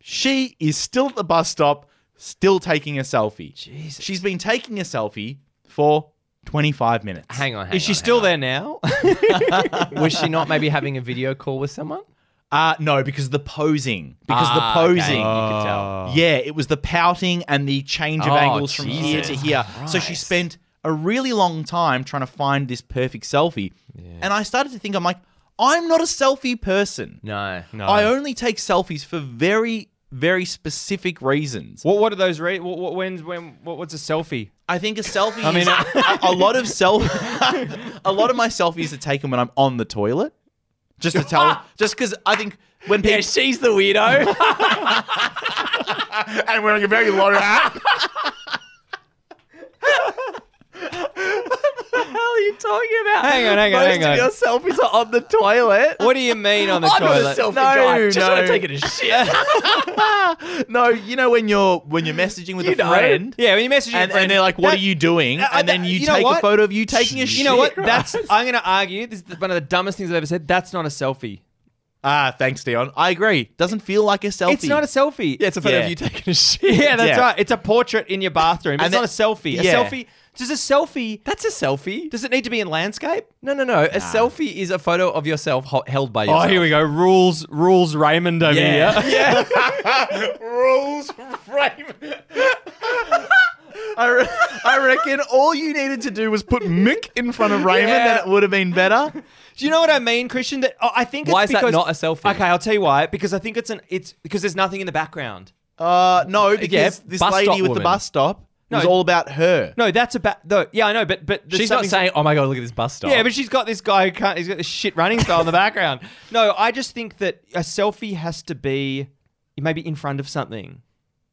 She is still at the bus stop, still taking a selfie. Jesus. She's been taking a selfie for 25 minutes.
Hang on. Hang
Is she
on,
still
hang
there now?
on. Was she not maybe having a video call with someone?
Uh, no, because of the posing. Because of
Ah,
the
okay,
posing. Oh.
You could tell.
Yeah, it was the pouting and the change of
Uh, Oh,
angles from
Jesus
here to here. So she
Christ.
spent a really long time trying to find this perfect selfie. And I started to think, I'm like, I'm not a selfie person.
No. No.
I only take selfies for very, very specific reasons.
what What are those? Re- what, what When's when? What, what's a selfie?
I think a selfie I mean, a, a lot of self a lot of my selfies are taken when I'm on the toilet. Just to tell just because I think when people
Yeah, she's the weirdo.
and wearing a very low hat.
hell are you talking about?
Hang on, hang on,
Most
hang on.
of your selfies are on the toilet.
What do you mean on the
I'm
toilet?
not a selfie
No,
guy. I just
no.
want to take it a shit.
no, you know when you're when you're messaging with
You
a
know.
friend,
yeah, when you message your
and,
friend,
and they're like, "What
that-
are you doing?"
Uh,
and then
that-
you,
you know
take a
what?
photo of you taking a shit.
You know what? That's I'm going to argue. This is one of the dumbest things I've ever said. That's not a selfie.
Ah, thanks, Dion. I agree. Doesn't feel like a selfie.
It's not a selfie.
yeah, it's a photo
Yeah.
of you taking a shit.
yeah, that's
Yeah.
right. It's a portrait in your bathroom. It's
And
not a
then-
selfie. A
Yeah.
selfie. Does a selfie?
That's a selfie.
Does it need to be in landscape?
No, no, no. A selfie is a photo of yourself ho- held by
Oh,
yourself.
here we go. Rules, rules, Raymond over
Yeah.
here.
rules frame. I, re- I reckon all you needed to do was put Mick in front of Raymond,
Yeah.
and it would have been better.
Do you know what I mean, Christian? That oh, I think.
Why
it's
is that
because-
not a selfie?
Okay, I'll tell you why. Because I think it's an. It's because there's nothing in the background.
Uh, no, because this
bus
lady
stop
with the
woman.
bus stop it was
No.
all about her.
No, that's about. No, yeah, I know, but but there's
She's not
something-
saying, "Oh my god, look at this bus stop."
Yeah, but she's got this guy who can't. He's got this shit running style in the background. No, I just think that a selfie has to be maybe in front of something.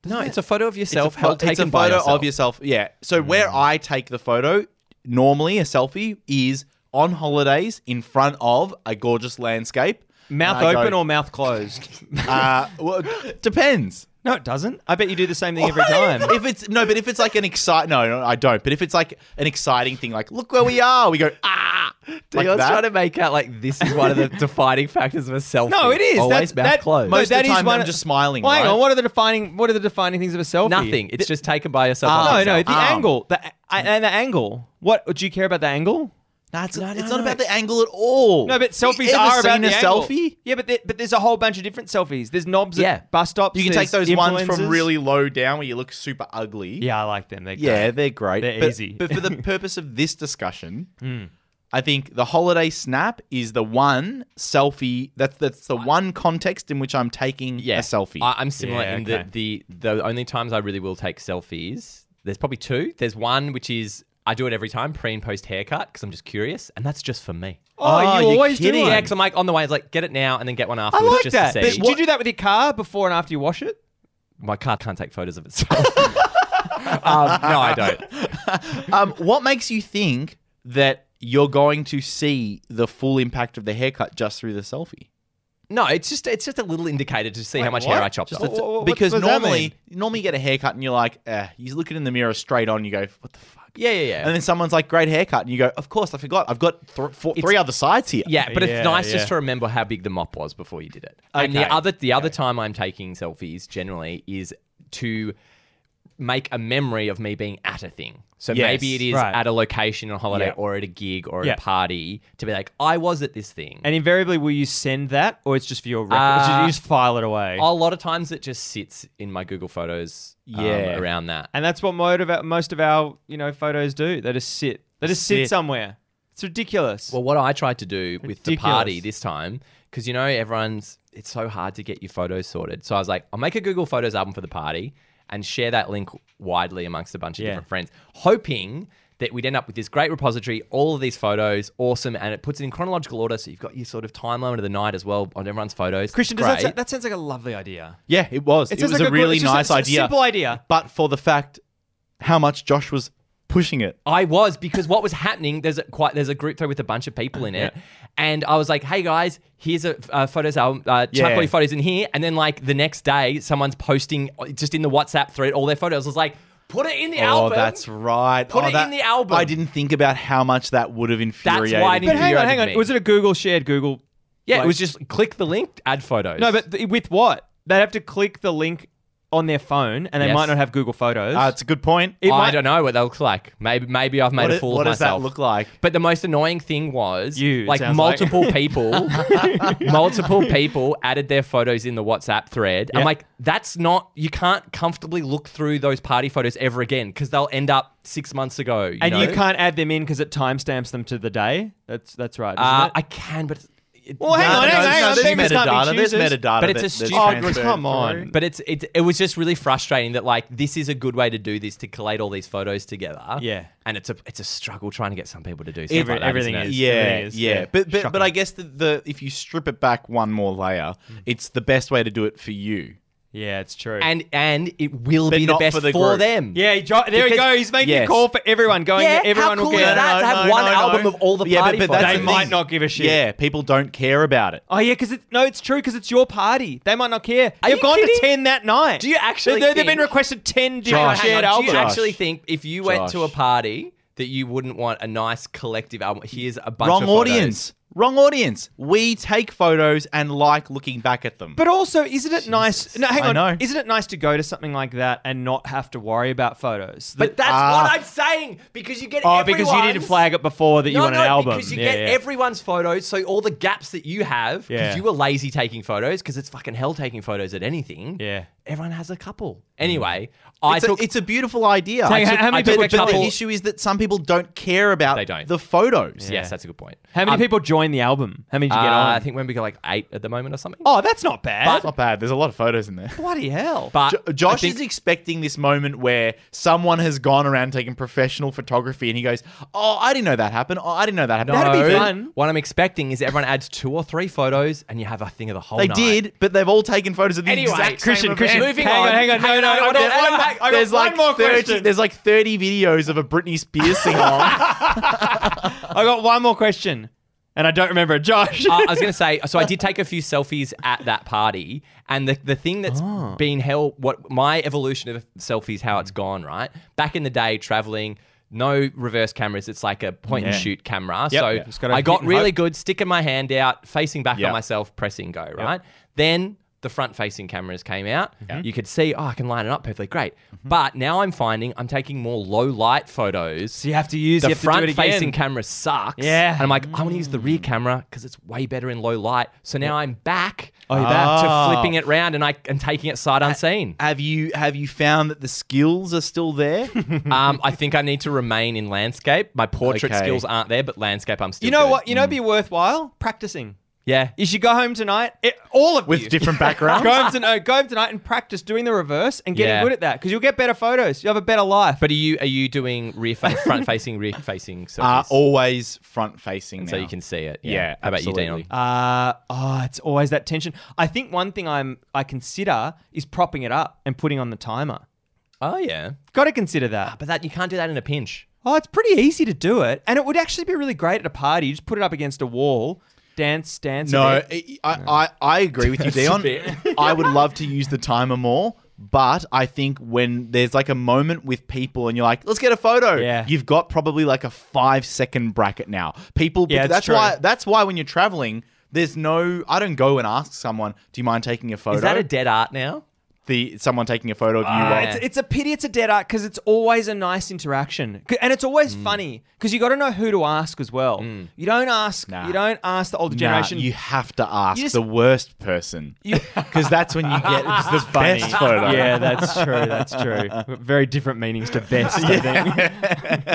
no, it's a photo of yourself
it's a, pho-
held
it's a
taken by
photo
yourself.
of yourself. Yeah. So
Mm.
where I take the photo, normally a selfie is on holidays in front of a gorgeous landscape.
Mouth
And I
open
go,
or mouth closed?
uh, well, depends.
no, it doesn't. I bet you do the same thing every time.
if it's no, but if it's like an excite, no, no, I don't. But if it's like an exciting thing, like look where we are, we go ah. Like
Dion's
that.
trying to make out like this is one of the defining factors of a selfie.
No, it is.
Always
That's-
mouth
that-
closed.
no,
Most
that
of the
is
time,
one
I'm
of-
just smiling.
Well, hang
right?
on. What are the defining? What are the defining things of a selfie?
Nothing. It's just taken by yourself.
no,
by
no.
yourself.
The
Arm.
angle. The I, and the angle. What do you care about the angle?
No, it's,
no,
it's
no.
not about the angle at all.
No, but
Have you
selfies
ever
are about
seen
the
a
angle.
selfie.
Yeah, but there, but there's a whole bunch of different selfies. There's knobs
Yeah.
at bus stops.
You can take
there's
those ones from
influencers.
really low down where you look super ugly.
Yeah, I like them. They're
Yeah,
great.
they're great.
They're
but,
easy. Hmm.
but for the purpose of this discussion, I think the holiday snap is the one selfie. That's that's the one context in which I'm taking
yeah,
a selfie.
I, I'm similar
Yeah,
in
okay.
that the the only times I really will take selfies. There's probably two. There's one which is I do it every time pre and post haircut because I'm just curious, and that's just for me.
Oh,
Oh,
you
you're
always do
kidding.
one.
Yeah, because I'm like on the way. It's like get it now and then get one
I
afterwards
like
just
that.
to
But
see.
do you do that with your car before and after you wash it?
My car can't take photos of itself. um, no, I don't.
um, what makes you think that you're going to see the full impact of the haircut just through the selfie?
No, it's just it's just a little indicator to see how much
what?
hair I chopped
Just
off.
a- What- what
because
does that mean?
normally, normally you get a haircut and you're like, eh, you look it in the mirror straight on. You go, what the fuck?
yeah, yeah, yeah.
And then someone's like, great haircut, and you go, of course, I forgot. I've got th- four, three other sides here.
Yeah, but
Yeah,
it's nice
yeah.
just to remember how big the mop was before you did it. And
Okay.
the other the other time I'm taking selfies generally is to make a memory of me being at a thing. So
Yes,
maybe it is
right.
at a location on holiday
Yeah.
or at a gig or at
Yeah.
a party to be like, I was at this thing.
And invariably, will you send that, or it's just for your record?
Uh,
you just file it away.
a lot of times it just sits in my Google Photos um,
Yeah.
around that.
and that's what motiva- most of our you know photos do. They just sit. They just sit,
Sit.
somewhere. It's ridiculous.
Well, what I tried to do with the
Ridiculous.
party this time, because you know everyone's, it's so hard to get your photos sorted. So I was like, I'll make a Google Photos album for the party and share that link widely amongst a bunch of
Yeah.
different friends, hoping that we'd end up with this great repository, all of these photos, awesome, and it puts it in chronological order, so you've got your sort of timeline of the night as well on everyone's photos.
Christian, does
great.
that, sa- that sounds like a lovely idea.
Yeah, it was. It,
sounds
was
like
a
good-
really
it's just
nice
a
idea.
Simple idea.
but for the fact how much Josh was pushing it.
I was because what was happening there's a, quite there's a group thread with a bunch of people in it, and I was like, "Hey guys, here's a, uh photos album. Uh, chuck
Yeah.
all your photos in here." And then like the next day, someone's posting uh, just in the WhatsApp thread all their photos. I was like, "Put it in the
Oh,
album."
that's right.
Put
Oh,
it
that-
in the album.
I didn't think about how much that would have infuriated.
why I didn't-
But hang on,
infuriated
hang on.
me.
Was it a Google shared Google?
yeah.
like-
it was just click the link, add photos.
No, but th- with what? They'd have to click the link on their phone, and they
Yes.
might not have Google Photos.
Uh, it's a good point.
It
I
might-
don't know what that looks like. Maybe maybe I've made
what
a
it-
fool
what
of
does
myself.
that look like?
But the most annoying thing was
You, it
like
sounds
multiple people, multiple people added their photos in the WhatsApp thread.
Yeah.
I'm like, that's not you can't comfortably look through those party photos ever again because they'll end up six months ago. You
and
know?
you can't add them in because it timestamps them to the day. That's that's right. isn't
Uh,
it?
I can, but it,
Well, hang
No,
on,
no,
hang on,
no,
hang
no,
on.
There's
Beggars can't be
metadata. There's
choosers.
metadata.
But it's
that-
a
that's
stupid-
Oh,
transferred
come on.
through.
But it's it, it was just really frustrating that like this is a good way to do this to collate all these photos together.
Yeah.
and it's a it's a struggle trying to get some people to do
Every-
something. like that,
everything
isn't it?
is.
Yeah,
It really is,
yeah,
yeah.
But but,
Shocking.
but
Mm.
I guess the, the if you strip it back one more layer, it's the best way to do it for you.
Yeah, it's true.
and and it will
But
be the
not
best
for
for,
the group.
them.
yeah, he dro- there we
Because-
go. He's making a
Yes.
call for everyone. Going,
Yeah,
yeah, everyone
how
will
cool
get
is
it.
that? to have one album of all the
yeah,
party
but, but
photos.
that's
They
the
might
thing.
not give a shit.
Yeah, people don't care about it.
Oh yeah, because it's no, it's true because it's your party. They might not care.
Are
They've
you
gone to
kidding?
ten that night.
Do you actually
They, have been
think-
requested ten
Hang
different
on,
Josh.
hang on.
shared
Do
albums.
you
Josh.
actually think if you went to a
Josh.
party that you wouldn't want a nice collective album? Here's a bunch
Wrong
of photos.
audience. Wrong audience. We take photos and like looking back at them.
But also, isn't it nice? No, hang
I
on.
know.
Isn't it nice to go to something like that and not have to worry about photos?
But
That-
that's
Ah.
what I'm saying because you get
oh, because you didn't
everyone's-
flag it before that you
no,
want
no,
an album.
because you
Yeah,
get
yeah.
everyone's photos, so all the gaps that you have because
Yeah.
you were lazy taking photos because it's fucking hell taking photos at anything.
Yeah. Mm.
everyone has a couple. Anyway, I
it's,
took
a, it's a beautiful idea.
Hang on, how many
I took
people
a
did this?
but the
couple.
issue is that some people don't care about
They don't.
the photos.
Yes, that's a good point.
How many
Um,
people joined the album? How many did you get
uh,
on?
I think when we got like eight at the moment or something.
oh, that's not bad.
That's not bad. There's a lot of photos in there.
bloody hell!
but
Jo- Josh
I think-
is expecting this moment where someone has gone around taking professional photography and he goes, Oh, I didn't know that happened. Oh, I didn't know that happened.
That'd be
No.
fun.
What I'm expecting is everyone adds two or three photos, and you have a thing of the whole.
They
night.
did, but they've all taken photos of the
Anyway,
exact same
Christian,
event.
Christian,
Moving
hang
on.
hang on, no,
Hang
no,
on, I
no,
got
there's
one
one-
back.
I got
There's
one
like
more
30,
question.
There's like 30 videos of a Britney Spears sing along.
I got one more question, and I don't remember it. Josh.
Uh, I was going to say, so I did take a few selfies at that party, and the, the thing that's
Ah.
been held, what my evolution of selfies, how it's gone, right? Back in the day, traveling, no reverse cameras, it's like a point and
Yeah.
shoot camera.
Yep.
So
Yeah. Just gotta
I
hit
got
and
really
hope.
good, sticking my hand out, facing back
Yep.
on myself, pressing go, right? Then the front facing cameras came out.
Mm-hmm.
You could see, oh, I can line it up perfectly, great. But now I'm finding I'm taking more low light photos
so you have to use
the
you have to do it
front facing
again.
camera sucks.
Yeah.
And I'm like, I want to use the rear camera because it's way better in low light. So now I'm back, uh,
Oh, you're back. Uh,
to
Ah.
flipping it round and I and taking it sight unseen.
have you have you found that the skills are still there?
um, I think I need to remain in landscape. My portrait
Okay.
skills aren't there, but landscape I'm still.
You know
good.
what? You know, it'd be worthwhile practicing.
Yeah.
You should go home tonight. It, all of you.
With different backgrounds?
go home tonight. Go home tonight and practice doing the reverse and getting
Yeah.
good at that because you'll get better photos. You will have a better life.
But are you are you doing rear fa- front facing rear
Uh,
facing
Are
selfies
always front facing
so
now.
you can see it? Yeah.
Yeah,
How about you,
absolutely.
Daniel?
Uh, oh, it's always that tension. I think one thing I'm I consider is propping it up and putting on the timer.
oh yeah.
Got to consider that.
But that you can't do that in a pinch.
Oh, it's pretty easy to do it, and it would actually be really great at a party. You just put it up against a wall, dance, dance. a
No,
bit.
I, I, I agree with you, Dion. I would love to use the timer more, but I think when there's like a moment with people and you're like, let's get a photo.
Yeah.
You've got probably like a five second bracket now. People
Yeah, it's
that's
true.
why that's why when you're traveling, there's no I don't go and ask someone, do you mind taking a photo?
Is that a dead art now?
the someone taking a photo of you
Uh,
while-
it's, it's a pity it's a dead art because it's always a nice interaction C- and it's always
Mm.
funny because you got to know who to ask as well. You don't ask.
Nah.
You don't ask the older
Nah,
generation.
you have to ask
You just-
the worst person because that's when you get the best photo.
yeah, that's true. That's true. Very different meanings to best. I think.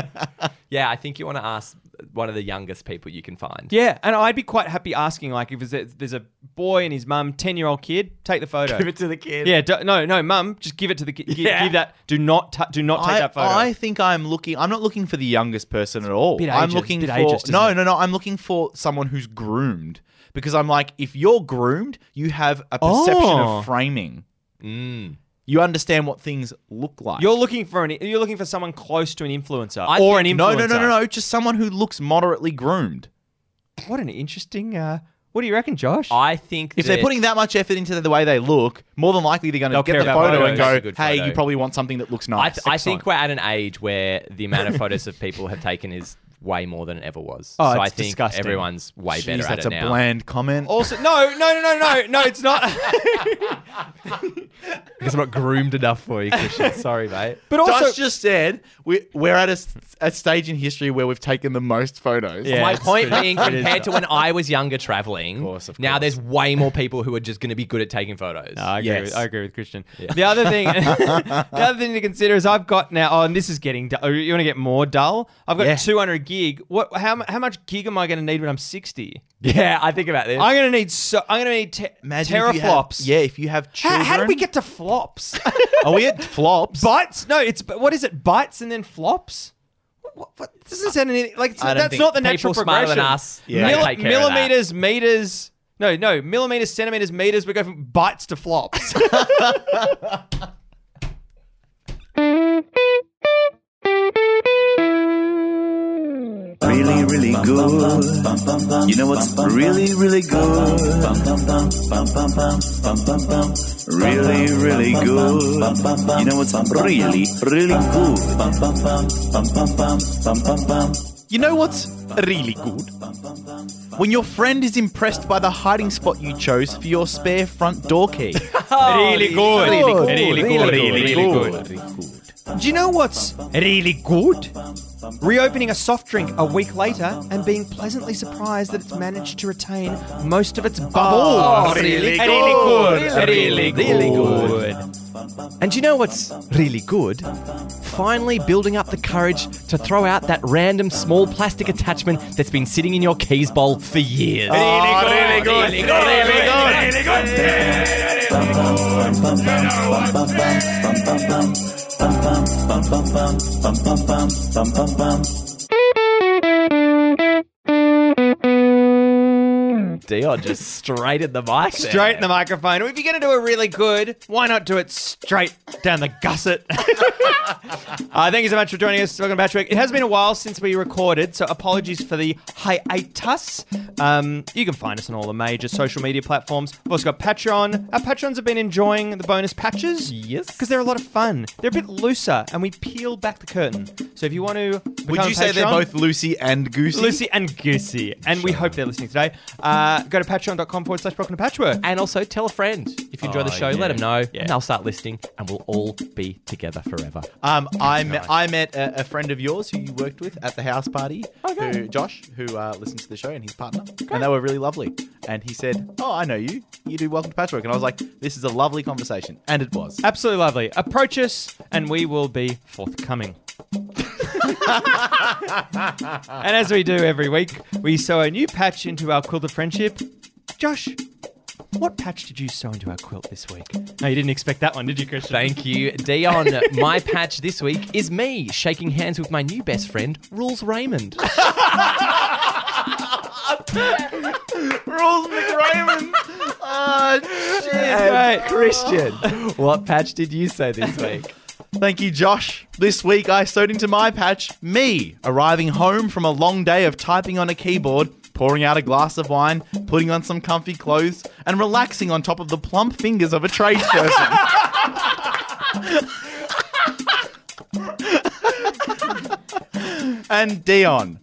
Yeah, I think you want to ask one of the youngest people you can find.
yeah, and I'd be quite happy asking like if there's a, there's a boy and his mum, ten year old kid, take the photo.
Give it to the kid.
yeah, do, no, no, mum, just give it to the kid. Give,
Yeah.
that. Do not tou- do not take
I,
that photo.
I think I'm looking. I'm not looking for the youngest person at all.
bit
I'm
ageist-
looking
bit
for
ageist, isn't
no,
it?
no, no. I'm looking for someone who's groomed because I'm like, if you're groomed, you have a perception
Oh.
of framing.
Mm.
You understand what things look like.
you're looking for an you're looking for someone close to an influencer
I
or an
think-
influencer.
no, no, no, no, no. Just someone who looks moderately groomed.
What an interesting. Uh, what do you reckon, Josh?
I think
If they're
that-
putting that much effort into the way they look, more than likely they're going
They'll
to get
care
the
about
photo
photos.
and
That's a
go,
good
"Hey,
photo.
you probably want something that looks
I,
nice."
I think we're at an age where the amount of photos of people have taken is way more than it ever was.
Oh,
so
it's
I think
disgusting.
everyone's way
Jeez,
better
that's
at it
a
now.
bland comment.
Also, no, no, no, no, no, no, it's not.
Because I'm not groomed enough for you, Christian. Sorry, mate.
But also,
Josh just said we, we're at a, s- a stage in history where we've taken the most photos.
Yeah.
My
it's
point
true.
being,
It is
compared to when I was younger traveling,
course, of
now
course.
there's way more people who are just going to be good at taking photos.
I agree.
Yes.
With, I agree with Christian. The other thing, the other thing to consider is I've got now. Oh, and this is getting. Du- oh, you want to get more dull? I've got
Yeah.
200 gig. What? How, mu- how much gig am I going to need when I'm 60?
yeah, I think about this.
I'm going to need. So, I'm going to need te-
if you have-
teraflops.
yeah, if you have
How,
children.
how did we get to flops?
Are we at flops?
Bytes? No, it's what is it? Bytes and then flops. What, what, this doesn't sound anything like it's,
I don't
that's
think-
not the natural
People smarter
progression.
than us,
Yeah.
they
Milli-
take care of that.
millimeters, meters, No, no, millimeters, centimeters, meters. We go from bites to flops.
really, really good. You know what's really, really good? Really, really good. You know what's really, really good?
You know what's really good? When your friend is impressed by the hiding spot you chose for your spare front door key.
really good.
Really good.
Really good. Really good. Do you know what's really good? Reopening a soft drink a week later and being pleasantly surprised that it's managed to retain most of its bubble.
really
Oh, good. Really good.
Really good. And you know what's really good? Finally building up the courage to throw out that random small plastic attachment that's been sitting in your keys bowl for years. Oh,
Really good. Really good. Really good.
Dion just straight at the mic. there.
Straight in the microphone. If you're going to do it really good, why not do it straight down the gusset? uh, thank you so much for joining us. Welcome to Patchwork. It has been a while since we recorded, so apologies for the hiatus. Um, you can find us on all the major social media platforms. We've also got Patreon. Our patrons have been enjoying the bonus patches.
Yes.
Because they're a lot of fun. They're a bit looser, and we peel back the curtain. So if you want to.
Would
become
you
a
say they're
patron-
both Lucy and Goosey?
Lucy and Goosey. And we hope they're listening today. Uh, go to patreon.com forward slash broken to patchwork.
And also tell a friend if you enjoy the
Oh,
show,
yeah.
let them know,
Yeah.
and they'll start listening, and we'll all be together forever.
Um, I met, I met a, a friend of yours who you worked with at the house party, who, Josh, who uh, listens to the show, and his partner, and they were really lovely. And he said, "Oh, I know you. You do Welcome to Patchwork." And I was like, "This is a lovely conversation," and it was.
Absolutely lovely. Approach us, and we will be forthcoming. and as we do every week, we sew a new patch into our quilt of friendship. Josh, what patch did you sew into our quilt this week? No, you didn't expect that one, did you, Christian?
Thank you, Dion. my patch this week is me shaking hands with my new best friend, Rules Raymond.
Rules McRaven. oh,
And Christian, what patch did you say this week?
Thank you, Josh. This week I sewed into my patch me arriving home from a long day of typing on a keyboard, pouring out a glass of wine, putting on some comfy clothes, and relaxing on top of the plump fingers of a tradesperson. and Dion,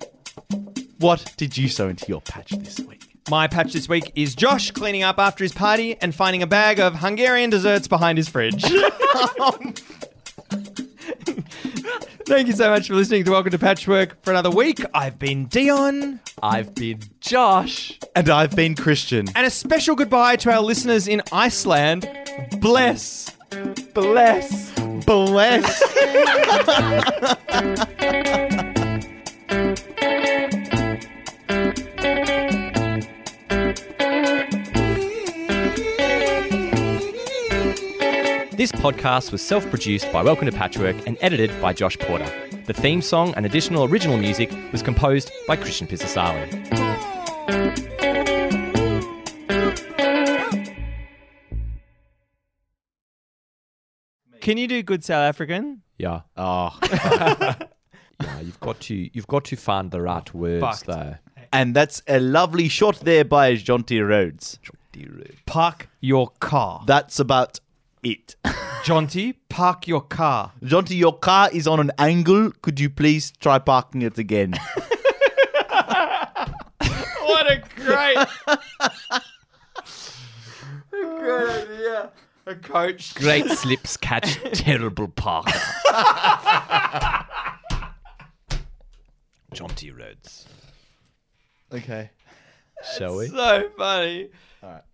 what did you sew into your patch this week?
My patch this week is Josh cleaning up after his party and finding a bag of Hungarian desserts behind his fridge. Thank you so much for listening to Welcome to Patchwork for another week. I've been Dion.
I've been Josh.
And I've been Christian.
And a special goodbye to our listeners in Iceland. Bless. Bless.
Bless.
This podcast was self produced by Welcome to Patchwork and edited by Josh Porter. The theme song and additional original music was composed by Christian Pizzasali.
Can you do good South African?
Yeah.
Oh.
yeah, Ah, you've got to you've got to find the right words
Fucked.
though.
And that's a lovely shot there by Jonty Rhodes. Jonty Rhodes.
Park your car.
That's about it.
Jaunty, park your car.
Jonty, your car is on an angle. Could you please try parking it again?
What a great. Good idea. A coach.
Great slips catch terrible Parker. Jaunty Rhodes.
okay.
Shall we?
So funny.
All right.